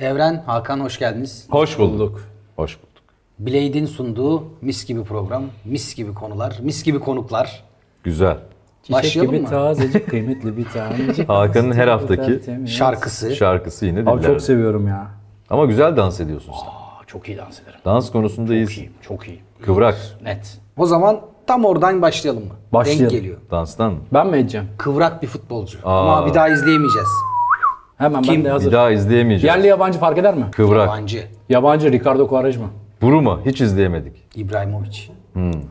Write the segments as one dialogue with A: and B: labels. A: Evren, Hakan hoş geldiniz.
B: Hoş bulduk. Hoş bulduk.
A: Blade'in sunduğu mis gibi program, mis gibi konular, mis gibi konuklar.
B: Güzel.
C: Çiçek
A: Başlayalım
C: gibi
A: mı?
C: tazecik kıymetli bir tanecik.
B: Hakan'ın her haftaki
C: Tertemiz.
A: Şarkısı.
B: şarkısı yine
C: Abi
B: dinler.
C: çok seviyorum ya.
B: Ama güzel dans ediyorsun sen.
C: Aa, çok iyi dans ederim.
B: Dans konusunda iyisin.
C: Çok iyi.
B: Kıvrak.
C: Net.
A: O zaman tam oradan başlayalım mı?
C: Başlayalım.
A: Denk geliyor.
B: Danstan mı?
C: Ben mi edeceğim?
A: Kıvrak bir futbolcu.
B: Aa.
A: Ama bir daha izleyemeyeceğiz.
C: Hemen ben de hazır.
B: Bir daha izleyemeyeceğiz.
C: Yerli yabancı fark eder mi?
B: Kıvrak.
A: Yabancı.
C: Yabancı Ricardo Quaresma.
B: Buruma hiç izleyemedik.
A: İbrahimovic.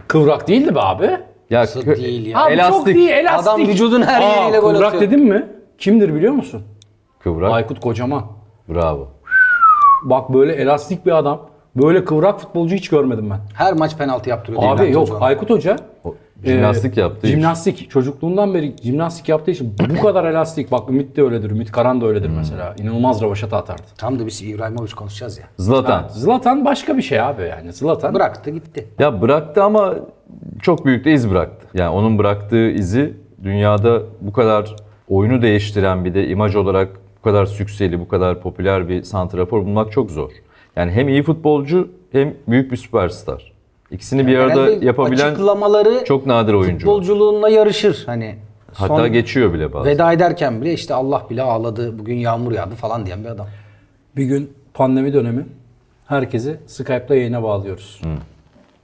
C: Kıvrak değildi be abi.
B: Ya
A: Nasıl
B: kö-
A: değil ya?
C: Abi çok
B: Elastik.
C: iyi elastik.
A: Adam vücudun her
C: Aa,
A: yeriyle gol
C: Kıvrak
A: atıyor.
C: dedim mi? Kimdir biliyor musun?
B: Kıvrak.
C: Aykut Kocaman.
B: Bravo.
C: Bak böyle elastik bir adam. Böyle kıvrak futbolcu hiç görmedim ben.
A: Her maç penaltı yaptırıyor.
C: Abi
A: İbrahim
C: yok
A: Hoca.
C: Aykut Hoca
B: O, jimnastik
C: e,
B: yaptı.
C: Jimnastik. Çocukluğundan beri jimnastik yaptığı için bu kadar elastik. Bak Ümit de öyledir. Ümit Karan da öyledir mesela. İnanılmaz ravaşata atardı.
A: Tam da biz İbrahimovic konuşacağız ya.
B: Zlatan.
C: Zlatan başka bir şey abi yani. Zlatan
A: Bıraktı gitti.
B: Ya bıraktı ama çok büyük de iz bıraktı. Yani onun bıraktığı izi dünyada bu kadar oyunu değiştiren bir de imaj olarak bu kadar sükseli, bu kadar popüler bir santrafor bulmak çok zor. Yani hem iyi futbolcu hem büyük bir süperstar. İkisini bir arada
A: Herhalde
B: yapabilen
A: açıklamaları
B: çok nadir oyuncu. var.
A: futbolculuğunla yarışır. Hani
B: Hatta
A: son
B: geçiyor bile bazen.
A: veda ederken bile işte Allah bile ağladı, bugün yağmur yağdı falan diyen bir adam.
C: bir gün pandemi dönemi herkesi Skype'la yayına bağlıyoruz.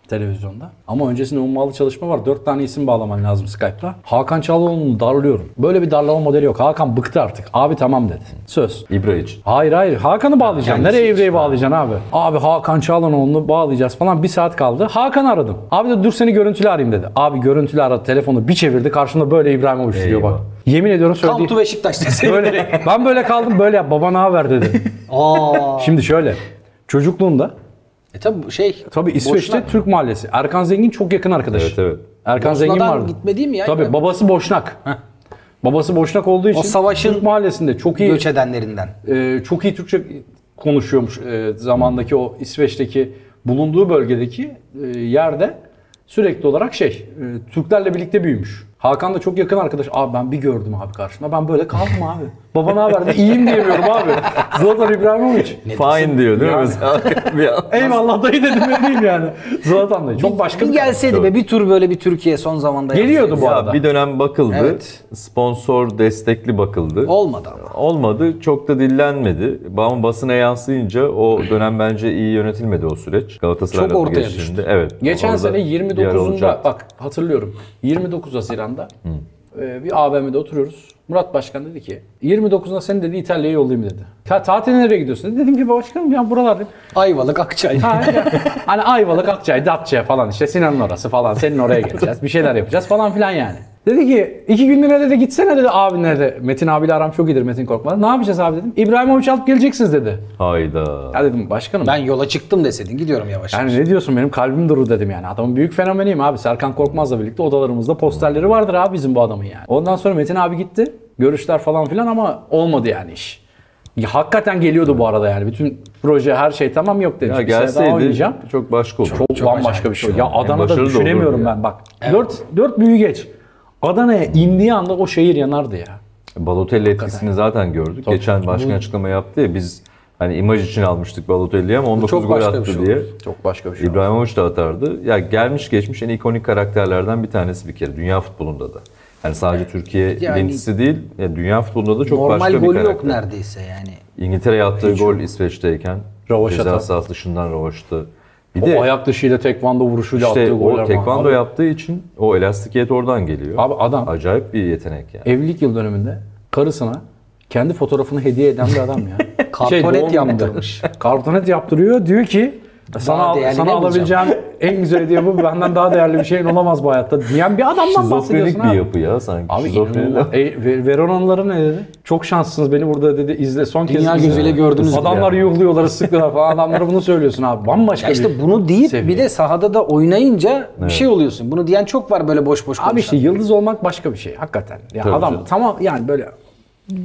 C: Televizyonda. Ama öncesinde ummalı çalışma var. Dört tane isim bağlaman lazım Skype'la. Hakan Çağlaoğlu'nu darlıyorum. Böyle bir darlama modeli yok. Hakan bıktı artık. Abi tamam dedi. Söz.
B: İbra için.
C: Hayır hayır Hakan'ı bağlayacaksın.
A: Kendisi
C: Nereye Evre'yi bağlayacaksın abi? Abi Hakan Çağlanoğlu'nu bağlayacağız falan bir saat kaldı. Hakan'ı aradım. Abi de dur seni görüntülü arayayım dedi. Abi görüntülü aradı telefonu bir çevirdi karşımda böyle İbrahimovic duruyor
B: Eyvah.
C: bak. Yemin ediyorum
A: Tam tu
C: söylediği...
A: Beşiktaş deseydi.
C: Böyle, ben böyle kaldım böyle yap baba ne haber dedi.
A: Aa.
C: Şimdi şöyle çocukluğumda
A: E tabi bu şey.
C: tabii İsveç'te
A: Boşnak.
C: Türk mahallesi. Erkan Zengin çok yakın arkadaş.
B: Evet evet.
C: Erkan Zengin
A: Bosna'dan
C: vardı.
A: gitmediği mi ya?
C: Tabii babası Boşnak. Babası Boşnak olduğu için
A: savaşın
C: Türk mahallesinde çok iyi
A: göç edenlerinden.
C: e, çok iyi Türkçe konuşuyormuş e, zamandaki o İsveç'teki bulunduğu bölgedeki e, yerde sürekli olarak şey e, Türklerle birlikte büyümüş. Hakan da çok yakın arkadaş. Abi ben bir gördüm abi karşımda. Ben böyle kaldım abi. Baba ne haber? de İyiyim diyemiyorum abi. Zlatan İbrahimovic.
B: Fine diyor değil mi?
C: Yani.
B: Mesela bir an.
C: Eyvallah dayı dedim ne diyeyim yani. Zlatan dayı. Çok başka
A: Bir
C: bir
A: gelseydi be bir tur böyle bir Türkiye son zamanda
C: Geliyordu
A: yapsaydı.
C: bu
B: Ya
C: arada.
B: bir dönem bakıldı.
A: Evet.
B: Sponsor destekli bakıldı.
A: Olmadı ama.
B: Olmadı. Çok da dillenmedi. Ama basına yansıyınca o dönem bence iyi yönetilmedi o süreç. Galatasaray'la
A: Çok
B: da
A: ortaya
B: geçtiğinde.
A: düştü.
B: Evet.
C: Geçen
B: orada
C: sene
B: bir ara
C: 29'unda
B: olacak.
C: bak hatırlıyorum. 29 Haziran'da e, bir AVM'de oturuyoruz. Murat Başkan dedi ki 29'unda seni dedi İtalya'ya yollayayım dedi. Ya tatile nereye gidiyorsun? Dedim ki başkanım ya buralardayım.
A: Ayvalık, Akçay.
C: Ha, ya. hani Ayvalık, Akçay, Datça falan işte Sinan'ın orası falan senin oraya geleceğiz. Bir şeyler yapacağız falan filan yani. Dedi ki iki günlüğüne dedi gitsene dedi abinle de. Metin abiyle aram çok iyidir Metin Korkmaz. Ne yapacağız abi dedim. İbrahimovic alıp geleceksiniz dedi.
B: Hayda.
C: Ya dedim başkanım
A: Ben yola çıktım deseydin gidiyorum yavaş.
C: yani ne diyorsun benim kalbim durur dedim yani. Adamın büyük fenomeniyim abi. Serkan Korkmaz'la birlikte odalarımızda posterleri vardır abi bizim bu adamın yani. Ondan sonra Metin abi gitti. Görüşler falan filan ama olmadı yani iş. Ya hakikaten geliyordu bu arada yani. Bütün proje her şey tamam yok demiş.
B: Ya
C: Bir sene daha
B: gelseydi
C: oynayacağım.
B: çok başka olur.
C: Çok, bambaşka bir şey. Ya
B: Yani
C: Adana'da
B: başarılı da
C: düşünemiyorum
B: olurdu ya.
C: ben bak. 4 4 büyü geç. Adana'ya indiği anda o şehir yanardı ya.
B: Balotelli etkisini zaten gördük. Geçen başkan açıklama yaptı ya biz hani imaj için almıştık Balotelli'yi ama 19
A: çok
B: gol
A: başka bir
B: attı
A: şey
B: diye.
C: Çok başka bir şey.
B: İbrahimovic de atardı. Ya gelmiş geçmiş en ikonik karakterlerden bir tanesi bir kere dünya futbolunda da. Yani sadece Türkiye
A: Yani-
B: birincisi değil, ya dünya futbolunda da çok
A: Normal
B: başka bir
A: golü
B: karakter.
A: yok neredeyse yani.
B: İngiltere'ye attığı gol İsveç'teyken
C: Ravaş
B: ceza
C: atar.
B: sahası dışından ravaştı. Bir
C: O
B: de
C: ayak dışıyla tekvando vuruşuyla
B: işte
C: attığı goller
B: o tekvando
C: falan.
B: yaptığı için o elastikiyet oradan geliyor.
C: Abi adam
B: Acayip bir yetenek yani.
C: evlilik yıl dönümünde karısına kendi fotoğrafını hediye eden bir adam ya.
A: Kartonet
C: Şey, doğum
A: yaptırmış. E,
C: günü. Kartonet yaptırıyor. Diyor ki sana, al-
A: değerli
C: sana
A: ne bulacağım?"
C: alabileceğim en güzel hediye bu. Benden daha değerli bir şeyin olamaz bu hayatta diyen bir adamdan bahsediyorsun
B: Şizofrenik bir
C: abi.
B: yapı ya sanki.
C: Abi
B: Şizofreni de-
C: inanılmaz. E, Ver- Veronalıları ne dedi? Çok şanslısınız beni burada dedi izle son kez.
A: Dünya
C: izle.
A: gözüyle gördünüz mü?
C: Adamlar yuhluyorlar ıslıklar falan adamlara bunu söylüyorsun abi. Bambaşka
A: Ya işte
C: bir
A: bunu deyip
C: seviye.
A: bir de sahada da oynayınca bir şey oluyorsun. Bunu diyen çok var böyle boş boş konuşan.
C: Abi işte yıldız olmak başka bir şey hakikaten. Ya
B: Tabii
C: adam
B: canım.
C: tamam yani böyle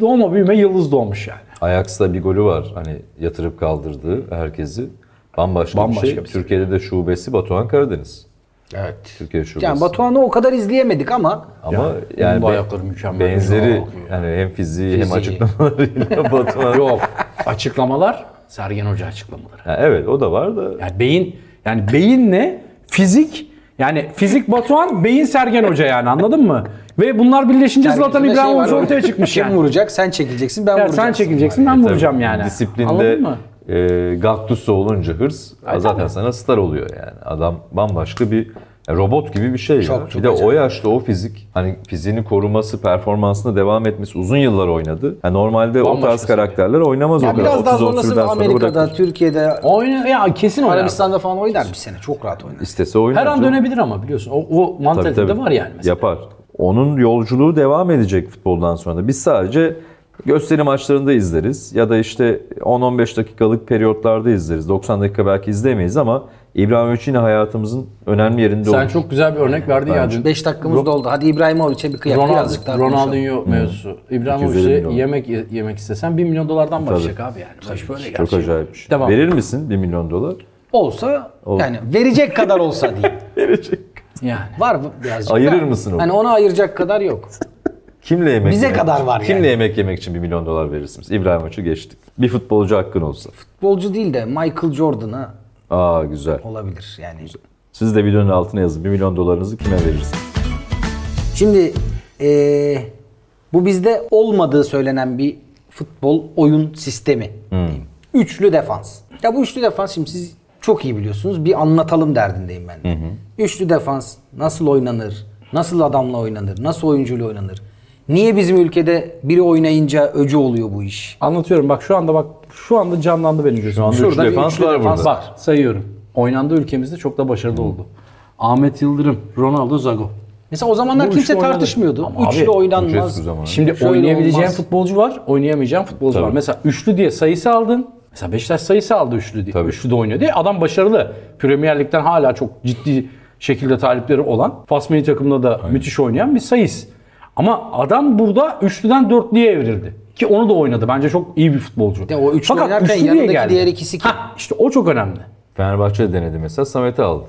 C: doğma büyüme yıldız doğmuş yani.
B: Ajax'ta bir golü var. Hani yatırıp kaldırdığı herkesi. Bambaşka,
C: Bambaşka
B: bir şey.
C: bir şey.
B: Türkiye'de de şubesi Batuhan Karadeniz.
A: Evet.
B: Türkiye şubesi.
A: Yani Batuhan'ı o kadar izleyemedik ama
B: Ama
C: Yani
B: yani,
C: onun da
B: be-
C: ayakları mükemmel.
B: Benzeri
C: Yok.
B: yani hem fiziği, hem
A: Fiziği.
B: açıklamalarıyla Batuhan
C: Yok. açıklamalar Sergen Hoca açıklamaları.
B: Yani evet o da var da
C: Yani beyin yani beyin ne? Fizik yani fizik Batuhan, beyin Sergen Hoca yani anladın mı? Ve bunlar birleşince
A: Herkesin
C: Zlatan
A: de şey
C: İbrahimovic
A: var,
C: ortaya çıkmış
A: Kim
C: yani.
A: vuracak? Sen çekileceksin, ben
C: Ya
A: vuracağım.
C: sen çekileceksin ben
B: E, Tabii
C: vuracağım yani.
B: Disiplinde
C: Anladın mı?
B: e, Gattuso olunca hırs zaten sana star oluyor yani. Adam bambaşka bir ya robot gibi bir şey.
A: Çok,
B: ya.
A: çok
B: bir de o
A: acayip.
B: yaşta o fizik hani fiziğini koruması, performansına devam etmesi uzun yıllar oynadı. Yani normalde o
C: Bambaşka
B: tarz
C: seviye.
B: karakterler oynamaz o
A: Ya
B: kadar.
A: biraz daha
B: 30-31'den
A: zorlasın Amerika'da,
B: bırakır.
A: Türkiye'de,
C: Oyna ya kesin oynar.
A: Arabistan'da falan oynar bir sene. Çok rahat oynar.
B: istese oynar.
C: Her an
B: canım.
C: dönebilir ama biliyorsun. O, o
B: Tabii,
C: mantalitede
B: tabii.
C: var yani mesela.
B: Yapar. Onun yolculuğu devam edecek futboldan sonra da. Biz sadece gösteri maçlarında izleriz ya da işte 10-15 dakikalık periyotlarda izleriz. 90 dakika belki izlemeyiz ama İbrahimovic yine hayatımızın önemli yerinde
C: Sen
B: olmuş.
C: çok güzel bir örnek verdin ya. dün.
A: 5 dakikamız doldu. Hadi İbrahimovic'e bir kıyak birazcık daha
C: Ronaldo,
A: konuşalım.
C: Ronaldinho mevzusu.
B: 250
C: İbrahimovic'e
B: milyon.
C: yemek yemek istesen 1 milyon dolardan başlayacak abi yani. Tabii. Böyle
B: Çok
C: gerçek.
B: acayip bir şey.
C: Devam.
B: Verir misin 1 milyon dolar?
A: Olsa yani verecek kadar olsa diyeyim.
B: Verecek.
C: Yani.
A: Var mı birazcık?
B: Ayırır
A: da.
B: mısın onu?
A: Hani ona ayıracak kadar yok.
B: Kimle yemek
A: Bize
B: yemek
A: kadar var
B: Kimle
A: yani.
B: yemek yemek için 1 milyon dolar verirsiniz? İbrahimovic'i geçtik. Bir futbolcu hakkın olsa.
A: Futbolcu değil de Michael Jordan'a
B: Aa güzel.
A: olabilir yani.
B: Siz de videonun altına yazın. 1 milyon dolarınızı kime verirsiniz?
A: Şimdi eee, bu bizde olmadığı söylenen bir futbol oyun sistemi.
C: Hmm.
A: diyeyim. Üçlü defans. Ya bu üçlü defans şimdi siz çok iyi biliyorsunuz. Bir anlatalım derdindeyim ben de. Üçlü defans nasıl oynanır? Nasıl adamla oynanır? Nasıl oyuncuyla oynanır? Niye bizim ülkede biri oynayınca öcü oluyor bu iş?
C: Anlatıyorum bak şu anda bak şu anda canlandı benim gözüm.
B: anda
C: Şurada
B: üçlü
C: bir
B: defans var burada.
C: Var sayıyorum. Oynandığı ülkemizde çok da başarılı oldu. Ahmet Yıldırım, Ronaldo, Zago.
A: Mesela o zamanlar
C: Bu üçlü
A: kimse
C: oynadı.
A: tartışmıyordu.
C: Ama
A: üçlü
C: abi,
A: oynanmaz.
B: ücretsiz zaman.
C: Şimdi
A: Şöyle
C: oynayabileceğin
A: olmaz.
C: futbolcu var, oynayamayacağın futbolcu var. Mesela üçlü diye sayısı aldın. Mesela Beşiktaş sayısı aldı üçlü diye.
B: Tabii.
C: Üçlü de oynuyor diye. Adam başarılı. Premier Lig'den hala çok ciddi şekilde talipleri olan, Fas milli takımında da müthiş oynayan bir sayıs. Ama adam burada üçlüden dörtlüye evrildi. Ki onu da oynadı. Bence çok iyi bir futbolcu.
A: De o üçlü oynarken
C: üçlü diye
A: yanındaki
C: geldi.
A: diğer ikisi kim?
C: Hah, işte o çok önemli.
B: Fenerbahçe denedi mesela Samet'i aldı.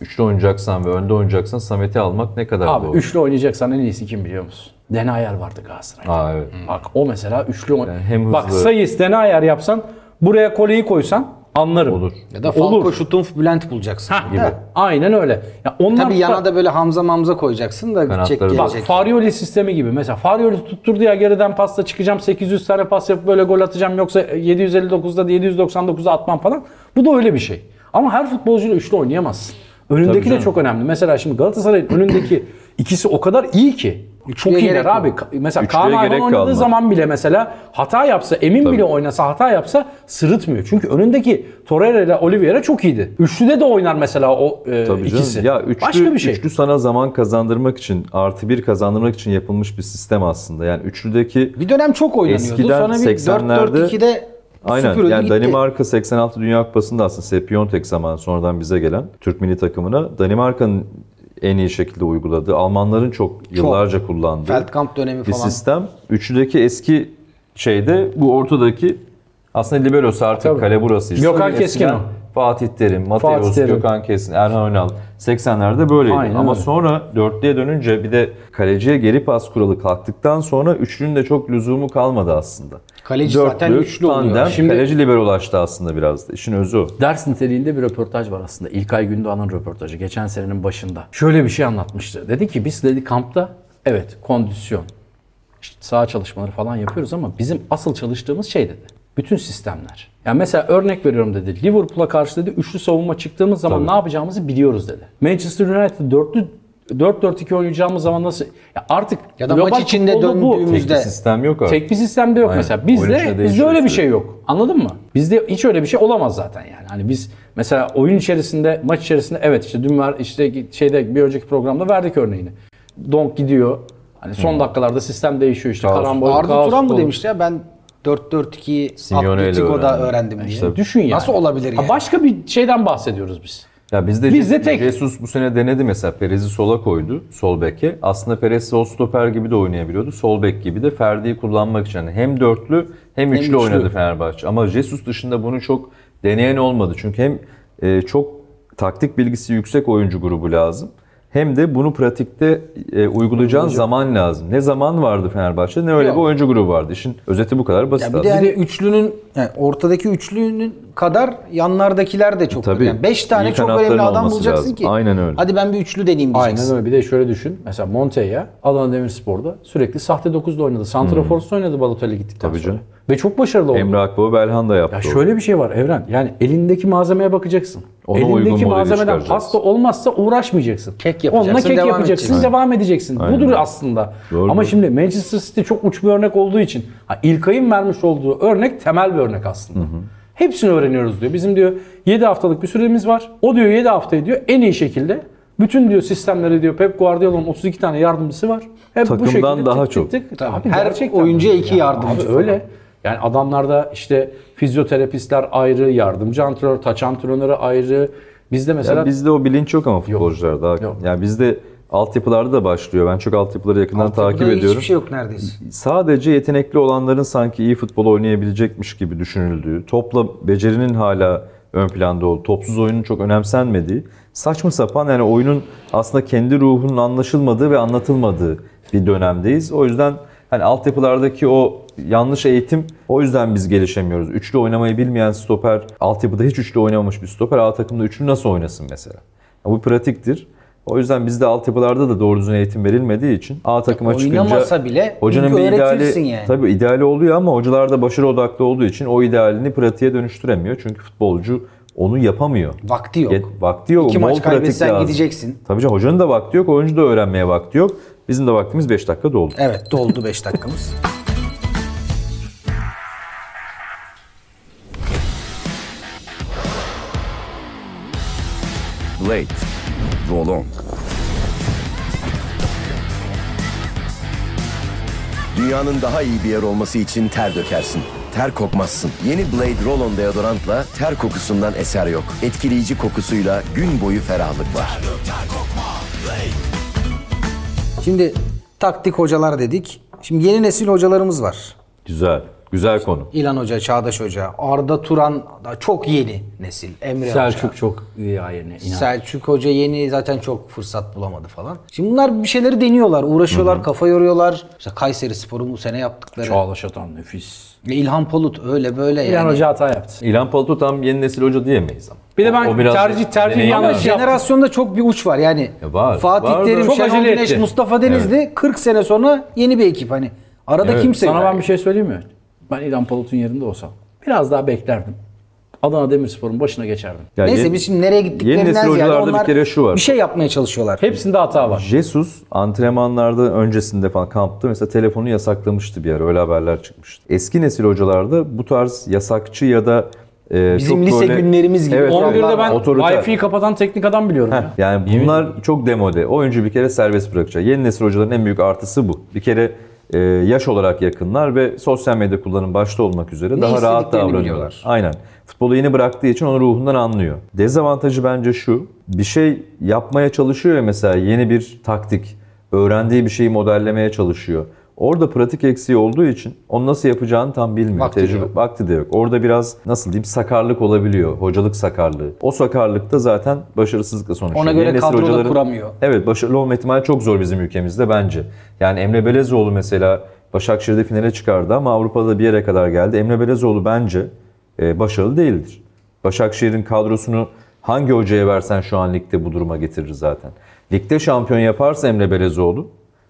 B: Üçlü oynayacaksan ve önde oynayacaksan Samet'i almak ne kadar
C: Abi
B: doğru?
C: üçlü oynayacaksan en iyisi kim biliyor musun? Denayer vardı Galatasaray'da.
B: Aa, evet.
C: Bak o mesela üçlü oyn-
B: Hmm. Yani hem
C: Bak
B: hızlı-
C: sayı dene ayar yapsan buraya koleyi koysan anlarım.
B: Olur.
A: Ya da Falco
C: Olur.
A: şutun Bülent bulacaksın.
C: Ha, Aynen öyle. Ya onlar
A: Tabii yana da böyle Hamza Mamza koyacaksın da gidecek
B: Kanatları-
C: Bak
A: gelecek.
C: Farioli sistemi gibi. Mesela Farioli tutturdu ya geriden pasta çıkacağım 800 tane pas yapıp böyle gol atacağım yoksa 759'da da 799'a atmam falan. Bu da öyle bir şey. Ama her futbolcuyla üçlü oynayamazsın.
B: Tabii
C: Önündeki de
B: canım.
C: çok önemli. Mesela şimdi Galatasaray'ın önündeki ikisi o kadar iyi ki. Çok
A: Üçlüye
C: iyiler
A: gerek
C: abi. Ka- Mesela
B: Üçlüye
C: Kaan Ayhan
B: gerek
C: oynadığı
B: kalmadı.
C: zaman bile mesela hata yapsa, Emin bile oynasa hata yapsa sırıtmıyor. Çünkü önündeki Torreira ile Oliveira çok iyiydi. Üçlüde de oynar mesela o e,
B: Tabii canım.
C: ikisi.
B: Ya üçlü,
C: Başka bir şey.
B: üçlü sana zaman kazandırmak için, artı bir kazandırmak için yapılmış bir sistem aslında. Yani üçlüdeki
A: Bir dönem çok oynanıyordu.
B: Eskiden
A: Sonra bir
B: 80'lerde
A: 4-4-2'de
B: Aynen.
A: süpürüldü
B: Yani
A: gitti.
B: Danimarka 86 Dünya Kupası'nda aslında Sepp Piontek zamanı sonradan bize gelen Türk milli takımına Danimarka'nın en iyi şekilde uyguladığı, Almanların çok yıllarca kullandığı
A: Feldkamp dönemi
B: bir
A: falan.
B: sistem. Üçlüdeki eski şeyde bu ortadaki aslında liberosu artık
C: Tabii.
B: kale burası. işte.
C: Gökhan Keskin
B: Eskiden
C: o.
B: Fatih Terim,
C: Fatih
B: Mateus,
C: Terim.
B: Gökhan Keskin, Erhan Önal. 80'lerde böyleydi.
C: Aynen
B: Ama
C: öyle.
B: sonra dörtlüye dönünce bir de kaleciye geri pas kuralı kalktıktan sonra üçlünün de çok lüzumu kalmadı aslında.
A: Kaleci zaten üçlü oluyor.
B: tandem,
C: Şimdi-
B: kaleci liberolaştı aslında biraz da. İşin özü o.
C: Ders niteliğinde bir röportaj var aslında. İlkay Gündoğan'ın röportajı geçen senenin başında. Şöyle bir şey anlatmıştı. Dedi ki biz dedi kampta evet kondisyon, işte sağ çalışmaları falan yapıyoruz ama bizim asıl çalıştığımız şey dedi. Bütün sistemler. Yani mesela örnek veriyorum dedi. Liverpool'a karşı dedi üçlü savunma çıktığımız zaman ne yapacağımızı biliyoruz dedi. Manchester United dörtlü 4-4-2 oynayacağımız zaman nasıl? Ya artık
A: Ya da maç
C: global
A: içinde
C: futbolda bu.
A: döndüğümüz-
B: Tek bir
A: Bizde-
B: sistem yok artık.
C: Tek bir sistemde yok
B: Aynen.
C: mesela.
B: Oyun
C: Bizde
B: içinde
C: bizde
B: değişiyor
C: öyle bir
B: sürekli.
C: şey yok. Anladın mı? Bizde hiç öyle bir şey olamaz zaten yani. Hani biz mesela oyun içerisinde, maç içerisinde evet işte dün var işte şeyde bir önceki programda verdik örneğini. Donk gidiyor. Hani son dakikalarda sistem değişiyor işte.
B: Kaos.
C: Karambol,
A: Arda
C: kaos
A: Turan mı
C: olur.
A: demişti ya ben 4-4-2
B: Simeone ile
A: Atletico'da
B: öğrendim.
A: öğrendim diye.
B: İşte
C: Düşün yani.
A: Nasıl olabilir
C: Ha,
A: yani?
C: başka bir şeyden bahsediyoruz biz.
B: Ya bizde
C: Bizde tek.
B: Jesus bu sene denedi mesela. Perez'i sola koydu. Sol beke. Aslında Perez sol stoper gibi de oynayabiliyordu. Sol bek gibi de Ferdi'yi kullanmak için. Yani hem dörtlü hem üçlü,
A: üçlü.
B: oynadı Fenerbahçe. Ama Jesus dışında bunu çok deneyen olmadı. Çünkü hem e, çok taktik bilgisi yüksek oyuncu grubu lazım. hem de bunu pratikte e, uygulayacağın zaman lazım. Ne zaman vardı Fenerbahçe'de ne öyle
C: Yok.
B: bir oyuncu grubu vardı. İşin özeti bu kadar basit
A: Ya bir de
B: aslında.
A: yani üçlünün yani ortadaki üçlünün kadar yanlardakiler de çok.
B: Tabii.
A: Yani beş tane
B: İyi
A: çok
B: kanatların
A: önemli adam
B: olması
A: bulacaksın
B: lazım.
A: ki.
B: Aynen öyle.
A: Hadi ben bir üçlü deneyeyim diyeceksin.
C: Aynen öyle. Bir de şöyle düşün. Mesela Monteya Adana Demirspor'da sürekli sahte 9'da oynadı. Santrafors'ta oynadı Balotelli gittikten
B: Tabii
C: sonra.
B: canım.
C: Ve çok başarılı oldu.
B: Emre Akbaba Belhan da yaptı.
C: Ya
B: onu.
C: şöyle bir şey var Evren. Yani elindeki malzemeye bakacaksın.
B: Ona uygun
C: elindeki
B: modeli
C: malzemeden
B: çıkaracağız.
C: pasta olmazsa uğraşmayacaksın.
A: Kek yapacaksın,
C: Onunla kek
A: devam
C: yapacaksın,
A: edeceksin.
C: devam edeceksin.
B: Aynen.
C: Budur aslında.
B: Doğru,
C: Ama
B: doğru.
C: şimdi Manchester City çok uç bir örnek olduğu için ha, İlkay'ın vermiş olduğu örnek temel bir örnek aslında. Hepsini öğreniyoruz diyor. Bizim diyor 7 haftalık bir süremiz var. O diyor 7 haftayı diyor en iyi şekilde bütün diyor sistemleri diyor Pep Guardiola'nın 32 tane yardımcısı var. Hep
B: Takımdan daha çok.
C: Abi
A: Her
C: gerçekten
A: oyuncuya iki
C: Ya
A: yardımcı
C: Abi öyle. Yani adamlarda işte fizyoterapistler ayrı, yardımcı antrenör, taç antrenörü ayrı. Bizde mesela
B: Ya bizde o bilinç yok ama futbolcularda. Hakan.
C: Yok.
B: Yani bizde altyapılarda da başlıyor. Ben çok altyapıları yakından takip
A: Burada
B: ediyorum.
A: Hiçbir şey yok neredeyse.
B: Sadece yetenekli olanların sanki iyi futbol oynayabilecekmiş gibi düşünüldüğü, topla becerinin hala ön planda olduğu, topsuz oyunun çok önemsenmediği, saçma sapan yani oyunun aslında kendi ruhunun anlaşılmadığı ve anlatılmadığı bir dönemdeyiz. O yüzden hani altyapılardaki o yanlış eğitim o yüzden biz gelişemiyoruz. Üçlü oynamayı bilmeyen stoper, altyapıda hiç üçlü oynamamış bir stoper A takımda üçlü nasıl oynasın mesela? Ya bu pratiktir. O yüzden bizde altyapılarda da doğru düzgün eğitim verilmediği için A takıma çıkınca
A: Oynamasa bile
B: Hocanın bir
A: öğretirsin
B: ideali,
A: yani.
B: tabii ideali oluyor ama hocalar da başarı odaklı olduğu için o idealini pratiğe dönüştüremiyor. Çünkü futbolcu onu yapamıyor.
A: Vakti yok.
B: Yet- vakti yok.
A: İki
B: Bol
A: maç
B: pratik
A: kaybetsen
B: lazım.
A: gideceksin.
B: Tabii canım hocanın da vakti yok, oyuncu da öğrenmeye vakti yok. Bizim de vaktimiz 5 dakika doldu.
A: Evet doldu 5 dakikamız.
D: Blade. Roll on. Dünyanın daha iyi bir yer olması için ter dökersin. Ter kokmazsın. Yeni Blade Roll-On deodorantla ter kokusundan eser yok. Etkileyici kokusuyla gün boyu ferahlık var.
A: Şimdi taktik hocalar dedik. Şimdi yeni nesil hocalarımız var.
B: Güzel. Güzel konu.
A: İlan Hoca, Çağdaş Hoca, Arda Turan da çok yeni nesil. Emre
C: Selçuk çok iyi ayarına
A: Hoca.
C: inan.
A: Selçuk Hoca yeni zaten çok fırsat bulamadı falan. Şimdi bunlar bir şeyleri deniyorlar, uğraşıyorlar, kafa yoruyorlar. Mesela Kayseri Spor'un bu sene yaptıkları.
C: Çağlaş Atan nefis.
A: İlhan Polut öyle böyle yani.
C: İlhan Hoca hata yaptı.
B: İlhan Palto tam yeni nesil hoca diyemeyiz ama.
C: Bir de
B: O-
C: ben
B: o biraz
C: tercih- tercih
B: deneyim
C: yanlış şey-
B: lazım.
C: yaptı.
A: Jenerasyonda çok bir uç var yani.
B: E var,
A: Fatih
B: var da-
A: Terim,
C: Çok
A: Şenol
C: acele
A: Güneş,
C: etti.
A: Mustafa Denizli 40 sene sonra yeni bir ekip hani. Arada
B: Evet.
A: kimse
C: Sana
A: yok.
C: ben bir şey söyleyeyim mi? Ben İlhan Palut'un yerinde olsam biraz daha beklerdim. Adana Demirspor'un başına geçerdim.
B: Ya
A: Neyse
B: yeni-
A: biz şimdi nereye
B: Yeni
A: gittiklerinden
B: nesil
A: ziyade
B: hocalarda
A: onlar
B: bir kere şu var.
A: bir şey yapmaya çalışıyorlar.
C: Hepsinde hata var.
B: Jesus antrenmanlarda öncesinde falan kampta mesela telefonu yasaklamıştı bir ara öyle haberler çıkmıştı. Eski nesil hocalarda bu tarz yasakçı ya da e,
A: Bizim
B: çok
A: lise
B: böyle-
A: günlerimiz gibi.
B: Evet,
C: 11'de ben
B: otoriter.
C: Wi-Fi'yi kapatan teknik adam biliyorum ya.
B: Yani bunlar çok demode. Oyuncu bir kere serbest bırakacak. Yeni nesil hocaların en büyük artısı bu. Bir kere e, yaş olarak yakınlar ve sosyal medya kullanım başta olmak üzere daha rahat
A: istediklerini
B: davranıyorlar.
A: biliyorlar.
B: Aynen. Futbolu yeni bıraktığı için onu ruhundan anlıyor. Dezavantajı bence şu. Bir şey yapmaya çalışıyor ya mesela yeni bir taktik. Öğrendiği bir şeyi modellemeye çalışıyor. Orada pratik eksiği olduğu için onu nasıl yapacağını tam bilmiyor.
A: Vakti
B: Tecrübe-
A: yok.
B: Vakti de yok. Orada biraz nasıl diyeyim sakarlık olabiliyor. Hocalık sakarlığı. O sakarlıkta zaten başarısızlıkla sonuçlanıyor.
A: Ona
B: Yeni
A: göre
B: nesil
A: kadro da
B: hocaların-
A: kuramıyor.
B: Evet başarılı olma ihtimali çok zor bizim ülkemizde bence. Yani Emre Belezoğlu mesela Başakşehir'de finale çıkardı ama Avrupa'da bir yere kadar geldi. Emre Belezoğlu bence e, başarılı değildir. Başakşehir'in kadrosunu hangi hocaya versen şu an ligde bu duruma getirir zaten. Ligde şampiyon yaparsa Emre Belezoğlu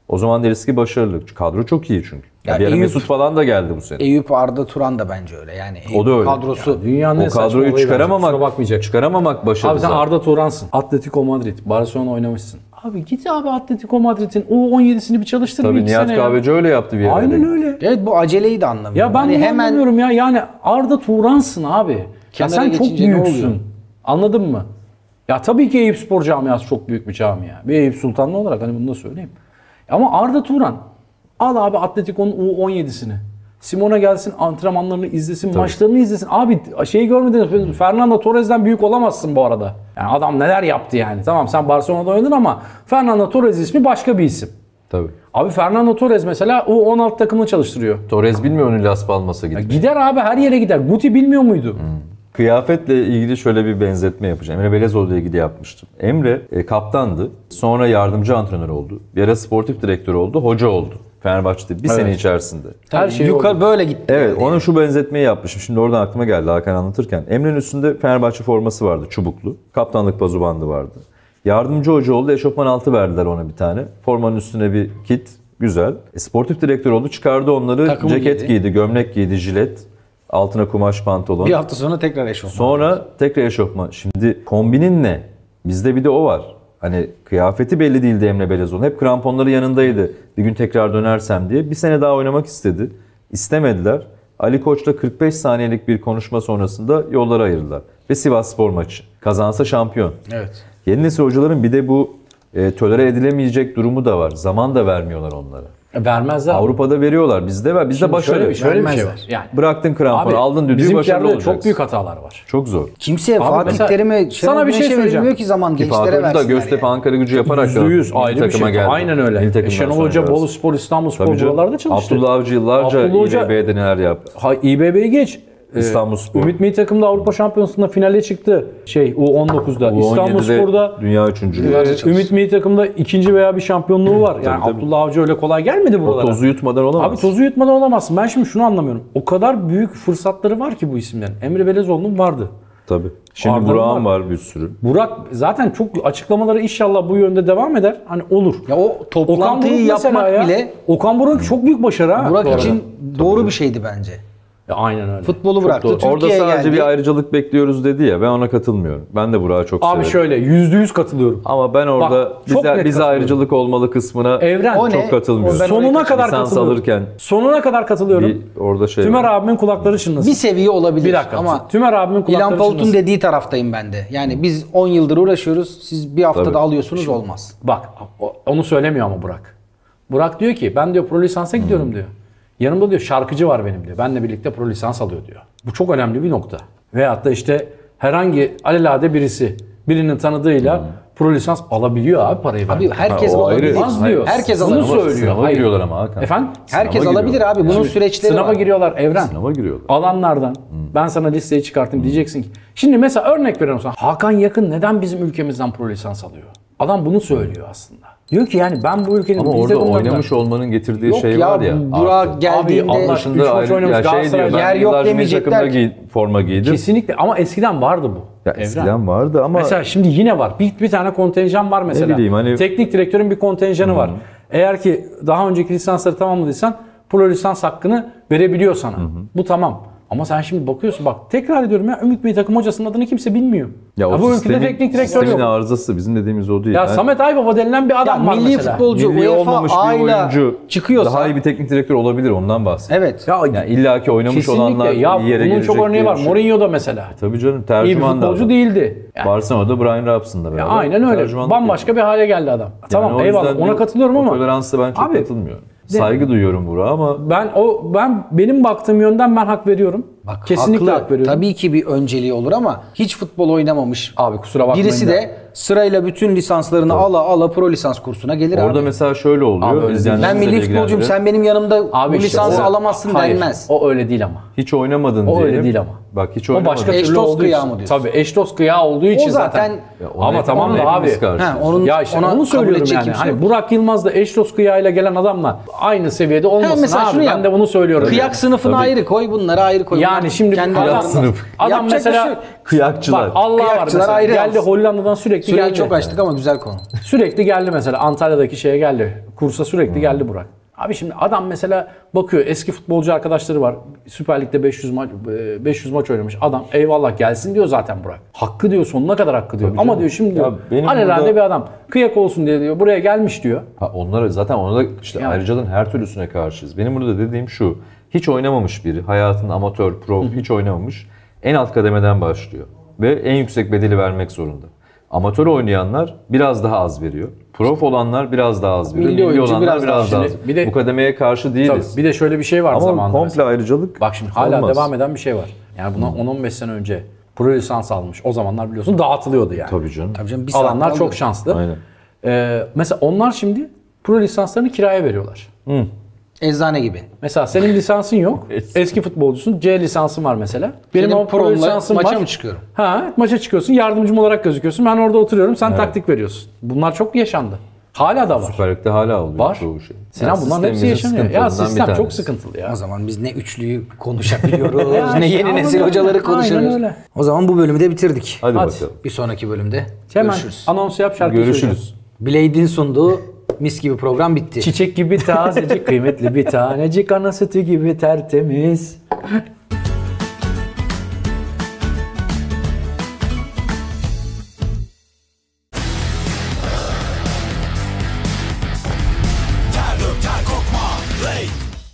B: o zaman deriz ki başarılı. Kadro çok iyi çünkü.
A: Ya
B: bir ara
A: Eyüp-
B: Mesut falan da geldi bu sene.
C: E,
A: Eyüp Arda Turan da bence öyle yani. Eyüp
B: da öyle.
A: Kadrosu.
C: Dünyanın en
B: o
C: saçma olayı
B: kadroyu
C: bence.
B: çıkaramamak,
C: Kusura bakmayacak.
B: çıkaramamak başarılı.
C: Abi sen
B: zaten.
C: Arda Turan'sın. Atletico Madrid. Barcelona oynamışsın. Abi git abi Atletico Madrid'in U17'sini bir çalıştır bir
B: Tabii
C: iki
B: Nihat
C: sene ya.
B: Kahveci öyle yaptı bir yere.
C: Aynen öyle.
A: Evet bu aceleyi de anlamıyorum.
C: Ya ben
A: Hani
C: bunu
A: hemen
C: anlamıyorum ya. Yani Arda Turan'sın abi. Ya
A: Kenara
C: sen çok
A: geçince ne oluyor?
C: büyüksün. Anladın mı? Ya tabii ki Eyüp Spor Camiası çok büyük bir camia. Bir Eyüp Sultanlı olarak hani bunu da söyleyeyim. Ama Arda Turan al abi Atletico'nun U17'sini. Simona gelsin antrenmanlarını izlesin, maçlarını izlesin. Abi şeyi görmediniz. mi? Fernando Torres'den büyük olamazsın bu arada. Yani adam neler yaptı yani. Tamam sen Barcelona'da oynadın ama Fernando Torres ismi başka bir isim.
B: Tabii.
C: Abi Fernando Torres mesela U16 takımını çalıştırıyor.
B: Torres bilmiyor onu Las Palmas'a
C: Ya
B: gitmeyi.
C: Gider abi her yere gider. Guti bilmiyor muydu?
B: Kıyafetle ilgili şöyle bir benzetme yapacağım. Emre Belezoğlu'yla ilgili yapmıştım. Emre e, kaptandı. Sonra yardımcı antrenör oldu. Bir ara sportif direktör oldu. Hoca oldu. Fenerbahçe'de bir sene içerisinde.
C: Her şey
A: yukarı
C: oldu.
A: böyle gitti.
B: Evet, ona şu benzetmeyi yapmışım. Şimdi oradan aklıma geldi Hakan anlatırken. Emre'nin üstünde Fenerbahçe forması vardı, çubuklu. Kaptanlık pazubandı vardı. Yardımcı hoca oldu, eşofman altı verdiler ona bir tane. Formanın üstüne bir kit, güzel. E, sportif direktör oldu, çıkardı onları.
A: Takımı
B: ceket
A: giydi.
B: giydi. gömlek giydi, jilet. Altına kumaş pantolon.
A: Bir hafta sonra tekrar eşofman.
B: Sonra tekrar eşofman. Şimdi kombinin ne? Bizde bir de o var. Hani kıyafeti belli değildi Emre Belezoğlu. Hep kramponları yanındaydı. Bir gün tekrar dönersem diye. Bir sene daha oynamak istedi. İstemediler. Ali Koç'la 45 saniyelik bir konuşma sonrasında yolları ayırdılar. Ve Sivas Spor maçı. Kazansa şampiyon.
A: Evet.
B: Yeni nesil hocaların bir de bu e, tolere edilemeyecek durumu da var. Zaman da vermiyorlar onlara.
C: E, Vermezler.
B: Avrupa'da veriyorlar. Bizde ver. Bizde başarı.
C: Şöyle bir, şöyle bir şey var.
A: Vermezler.
C: Yani.
B: Bıraktın kramponu, aldın düdüğü başarılı
C: bizimkilerde
B: olacaksın.
C: çok büyük hatalar var.
B: Çok zor.
A: Kimseye Fatih
C: mesela
A: Terim'e
C: sana bir şey söyleyeceğim.
A: Diyor ki zaman gençlere
B: Fatih da
A: versinler.
B: Göztepe
A: yani.
B: Ankara gücü yaparak
C: Yüzde yüz ayrı bir şey.
B: geldi.
C: Aynen
B: Milli
C: öyle. E,
B: takımdan
C: Şenol
B: sonra
C: Hoca
B: biraz.
C: Bolu Spor, İstanbul
B: Tabii
C: Spor
B: canım.
C: buralarda çalıştı.
B: Abdullah Avcı yıllarca
C: Abdullah Hoca-
B: İBB'de neler yaptı.
C: Ha, İBB'yi geç. Ee,
B: İstanbul Spor.
C: Ümit Milli Takım'da Avrupa Şampiyonası'nda finale çıktı. Şey U19'da. İstanbul
B: U17'de
C: Spor'da
B: dünya üçüncülüğü.
C: e, Ümit Milli Takım'da ikinci veya bir şampiyonluğu var. Yani
B: tabii.
C: Abdullah Avcı öyle kolay gelmedi buralara.
B: Tozu yutmadan olamaz.
C: Abi tozu yutmadan olamazsın. Ben şimdi şunu anlamıyorum. O kadar büyük fırsatları var ki bu isimlerin. Emre Belezoğlu'nun vardı.
B: Tabii. Şimdi
C: Arda'nın
B: Burak'ın var bir sürü.
C: Burak zaten çok açıklamaları inşallah bu yönde devam eder. Hani olur.
A: Ya o toplantıyı
C: Buruk mesela
A: yapmak
C: ya.
A: bile
C: Okan Buruk çok büyük başarı ha. bu
A: Burak
C: arada.
A: için doğru bir şeydi bence.
C: Ya aynen öyle.
A: Futbolu bıraktı,
B: Doğru. Orada
A: Türkiye'ye
B: sadece
A: geldi.
B: bir ayrıcalık bekliyoruz dedi ya ben ona katılmıyorum. Ben de Burak'ı çok
C: Abi
B: severim.
C: şöyle yüzde yüz katılıyorum.
B: Ama ben orada
C: Bak, çok net
B: bize, bize
C: katılıyorum.
B: ayrıcalık olmalı kısmına
C: Evren. O
B: çok
A: ne?
B: katılmıyorum.
A: Ben oraya
C: Sonuna kadar
B: lisans
C: katılıyorum.
B: alırken
C: Sonuna kadar katılıyorum.
B: bir orada şey
C: Tümer
B: var.
C: abimin kulakları çınlasın.
A: Bir seviye olabilir
C: Bir dakika.
A: ama
C: Tümer abimin kulakları
A: İlhan Palut'un
C: çınlasın.
A: dediği taraftayım ben de. Yani biz 10 yıldır uğraşıyoruz. Siz bir haftada
B: Tabii.
A: alıyorsunuz olmaz.
C: Bak o- onu söylemiyor ama Burak. Burak diyor ki ben diyor pro lisansa
A: Hmm.
C: gidiyorum diyor. Yanımda diyor şarkıcı var benim diyor. Benle birlikte pro lisans alıyor diyor. Bu çok önemli bir nokta. Veyahut da işte herhangi alelade birisi birinin tanıdığıyla pro lisans alabiliyor abi parayı
A: Hmm. Abi
C: vermek.
A: herkes
B: Ha, o ayrı.
A: alabilir.
C: Olmaz diyor.
A: Herkes
C: Bunu
A: alabilir.
C: söylüyor.
B: Sınava
C: Hayır.
B: giriyorlar ama Hakan.
C: Efendim?
A: Herkes
B: Sınava
A: alabilir
B: giriyorlar.
A: abi. Bunun süreçleri
C: Sınava
A: var.
C: giriyorlar Evren.
B: Sınava giriyorlar.
C: Alanlardan. Ben sana listeyi çıkartayım diyeceksin ki. Şimdi mesela örnek veriyorum sana. Hakan Yakın neden bizim ülkemizden pro lisans alıyor? Adam bunu söylüyor aslında. Diyor ki yani ben bu ülkenin
B: Ama
C: milli
B: orada
C: takımlarından-
B: oynamış olmanın getirdiği
A: Yok
B: şey
A: ya,
B: var ya.
A: Burak
B: artı.
A: geldiğinde
C: Abi Allah aşkına, Üç
B: Dışında
C: maç
B: ayrı,
C: oynamış
B: ya şey
C: Galatasaray
B: diyor, ben
A: yer yok
B: yıllarca milli
A: demeyecekler
B: takımda
A: ki.
B: giy- forma giydim.
C: Kesinlikle ama eskiden vardı bu.
B: Ya eskiden vardı ama
C: Mesela şimdi yine var. Bir, bir tane kontenjan var mesela.
B: bileyim hani-
C: Teknik direktörün bir kontenjanı var. Eğer ki daha önceki lisansları tamamladıysan pro lisans hakkını verebiliyor sana. Bu tamam. Ama sen şimdi bakıyorsun bak tekrar ediyorum ya Ümit Bey takım hocasının adını kimse bilmiyor. Ya,
B: o
C: bu
B: sistemin-
C: ülkede teknik direktör
B: sistemin
C: yok.
B: arızası bizim dediğimiz o değil.
C: Ya
B: Yani
C: Samet Aybaba denilen bir
A: Ya
C: adam var
A: milli
C: mesela.
A: futbolcu
B: milli
A: UEFA
B: olmamış bir
A: A'yla
B: oyuncu
A: çıkıyorsa
B: daha iyi bir teknik direktör olabilir ondan bahsediyorum.
A: Evet.
C: Ya,
B: Yani illa ki oynamış
C: kesinlikle.
B: olanlar
C: Ya
B: iyi yere
C: bunun
B: gelecek
C: çok örneği
B: diye
C: var.
B: bir şey.
C: Mourinho da mesela.
B: Tabii canım
C: İyi bir
B: tercüman da.
C: futbolcu
B: adam.
C: değildi. Yani
B: Barcelona'da Brian Robson'la beraber.
C: aynen öyle.
B: tercümanlık
C: Bambaşka bir hale geldi adam. tamam
B: o
C: eyvallah.
B: yüzden
C: Ona
B: bir-
C: katılıyorum
B: o
C: ama
B: Toleransla ben çok
C: Abi,
B: katılmıyorum. Saygı duyuyorum Burak'a ama
C: ben o ben benim baktığım yönden ben hak veriyorum.
A: Bak,
C: Kesinlikle
A: haklı.
C: hak veriyorum.
A: Tabii ki bir önceliği olur ama hiç futbol oynamamış.
C: Abi kusura bakmayın
A: Birisi
C: da.
A: de sırayla bütün lisanslarını ala ala pro lisans kursuna gelir
B: orada
A: abi.
B: mesela şöyle
C: Abi öyle
B: oluyor.
C: değil.
A: Ben
B: izleyenlerimizi de
A: milli futbolcuyum
B: ilgilendiren-
A: sen benim yanımda bu
C: işte
A: lisansı
C: o-
A: alamazsın
C: hayır,
A: denmez.
C: O öyle değil ama.
B: Hiç oynamadın
C: O
B: diyelim.
C: öyle değil ama.
B: Bak hiç
C: O
B: oynamadın.
C: başka
A: Eş
C: türlü
A: dost
C: olduğu
A: kıyağı
C: için.
A: mı diyorsun?
C: Tabii eş dost kıyağı olduğu için zaten.
A: zaten-
B: Ya ona-
C: ama tamam
B: ona
C: da abi.
B: hepimiz karşıyız.
A: Ha, onun,
C: Ya işte
A: ona
C: onu
A: kabul
C: söylüyorum
A: edecek
C: yani.
A: kimse yok.
C: Hani Burak Yılmaz'la eş dost kıyağıyla gelen adamla aynı seviyede olmasın
A: Ha, mesela
C: abi.
A: şunu
C: ben
A: yap.
C: de bunu söylüyorum.
A: Kıyak
C: yani.
A: sınıfını
B: Tabii.
A: ayrı koy, bunları ayrı koy.
C: Yani
A: Bunlar
C: şimdi
A: kendi
C: adam-
A: aralarında.
B: sınıf.
C: Adam
A: Yapacak bir
C: mesela-
A: şey yok.
B: Kıyakçılar.
C: Bak Allah var
A: Kıyakçılar
C: mesela.
A: ayrı
C: Geldi
A: yansın.
C: Hollanda'dan sürekli
A: Süreyi
C: geldi.
A: çok açtık ama güzel konu.
C: Sürekli geldi mesela Antalya'daki şeye geldi. Kursa sürekli
B: Hmm.
C: geldi Burak. Abi şimdi adam mesela bakıyor eski futbolcu arkadaşları var. Süper Lig'de 500 maç e, 500 maç oynamış. Adam eyvallah gelsin diyor zaten Burak. Hakkı diyor sonuna kadar hakkı diyor. Ama
B: canım.
C: diyor şimdi
B: Ya
C: diyor
B: benim
C: alelade
B: burada-
C: bir adam kıyak olsun diye diyor buraya gelmiş diyor.
B: Ha, onlara zaten ona da işte
C: Yani.
B: ayrıcalığın her türlüsüne karşıyız. Benim burada dediğim şu. Hiç oynamamış biri, hayatın amatör, pro hiç oynamamış. En alt kademeden başlıyor ve en yüksek bedeli vermek zorunda. Amatör oynayanlar biraz daha az veriyor. Prof olanlar biraz daha az veriyor.
A: Milli
B: Milli,
A: oyuncu
B: olanlar
A: biraz
B: biraz,
A: daha-
B: daha
C: Şimdi
B: az.
C: bir de-
B: Bu kademeye karşı
C: Tabii,
B: değiliz.
C: bir de şöyle bir şey var
B: Ama
C: zamanında.
B: komple
C: mesela.
B: ayrıcalık
C: Bak şimdi hala
B: olmaz.
C: devam eden bir şey var. Yani buna 10-15 sene önce pro lisans almış. O zamanlar biliyorsun dağıtılıyordu yani.
B: Tabii canım.
A: Tabii canım, bir saat
C: Alanlar
A: kalıyor.
C: çok şanslı.
B: Aynen.
C: Ee, mesela onlar şimdi pro lisanslarını kiraya veriyorlar.
A: Eczane gibi.
C: Mesela senin lisansın yok. Eski futbolcusun. C lisansın var mesela. Benim
A: Senin
C: ama pro
A: pro'nla
C: lisansım var.
A: maça mı çıkıyorum?
C: Ha, maça çıkıyorsun. Yardımcım olarak gözüküyorsun. Ben orada oturuyorum. Sen taktik veriyorsun. Bunlar çok yaşandı. Hala da var.
B: Süper Lig'de hala oluyor
C: Var.
B: çoğu şey.
C: Sinan
B: Yani
C: bunların hepsi
B: sistemimizin
C: yaşanıyor. Ya
B: sıkıntılarından bir
C: sistem çok
B: tanesi.
C: sıkıntılı ya.
A: O zaman biz ne üçlüyü konuşabiliyoruz,
C: Ya
A: ne
C: işte,
A: yeni
C: aynen
A: nesil
C: öyle.
A: hocaları
C: Aynen
A: konuşamıyoruz.
C: öyle.
A: O zaman bu bölümü de bitirdik.
B: Hadi,
C: Hadi.
B: bakalım.
A: Bir sonraki bölümde
C: Hemen
A: görüşürüz.
C: anonsu yap şarkıyı söyle.
B: Görüşürüz.
A: Blade'in sunduğu mis gibi program bitti.
C: Çiçek gibi tazecik kıymetli bir tanecik ana sütü gibi tertemiz.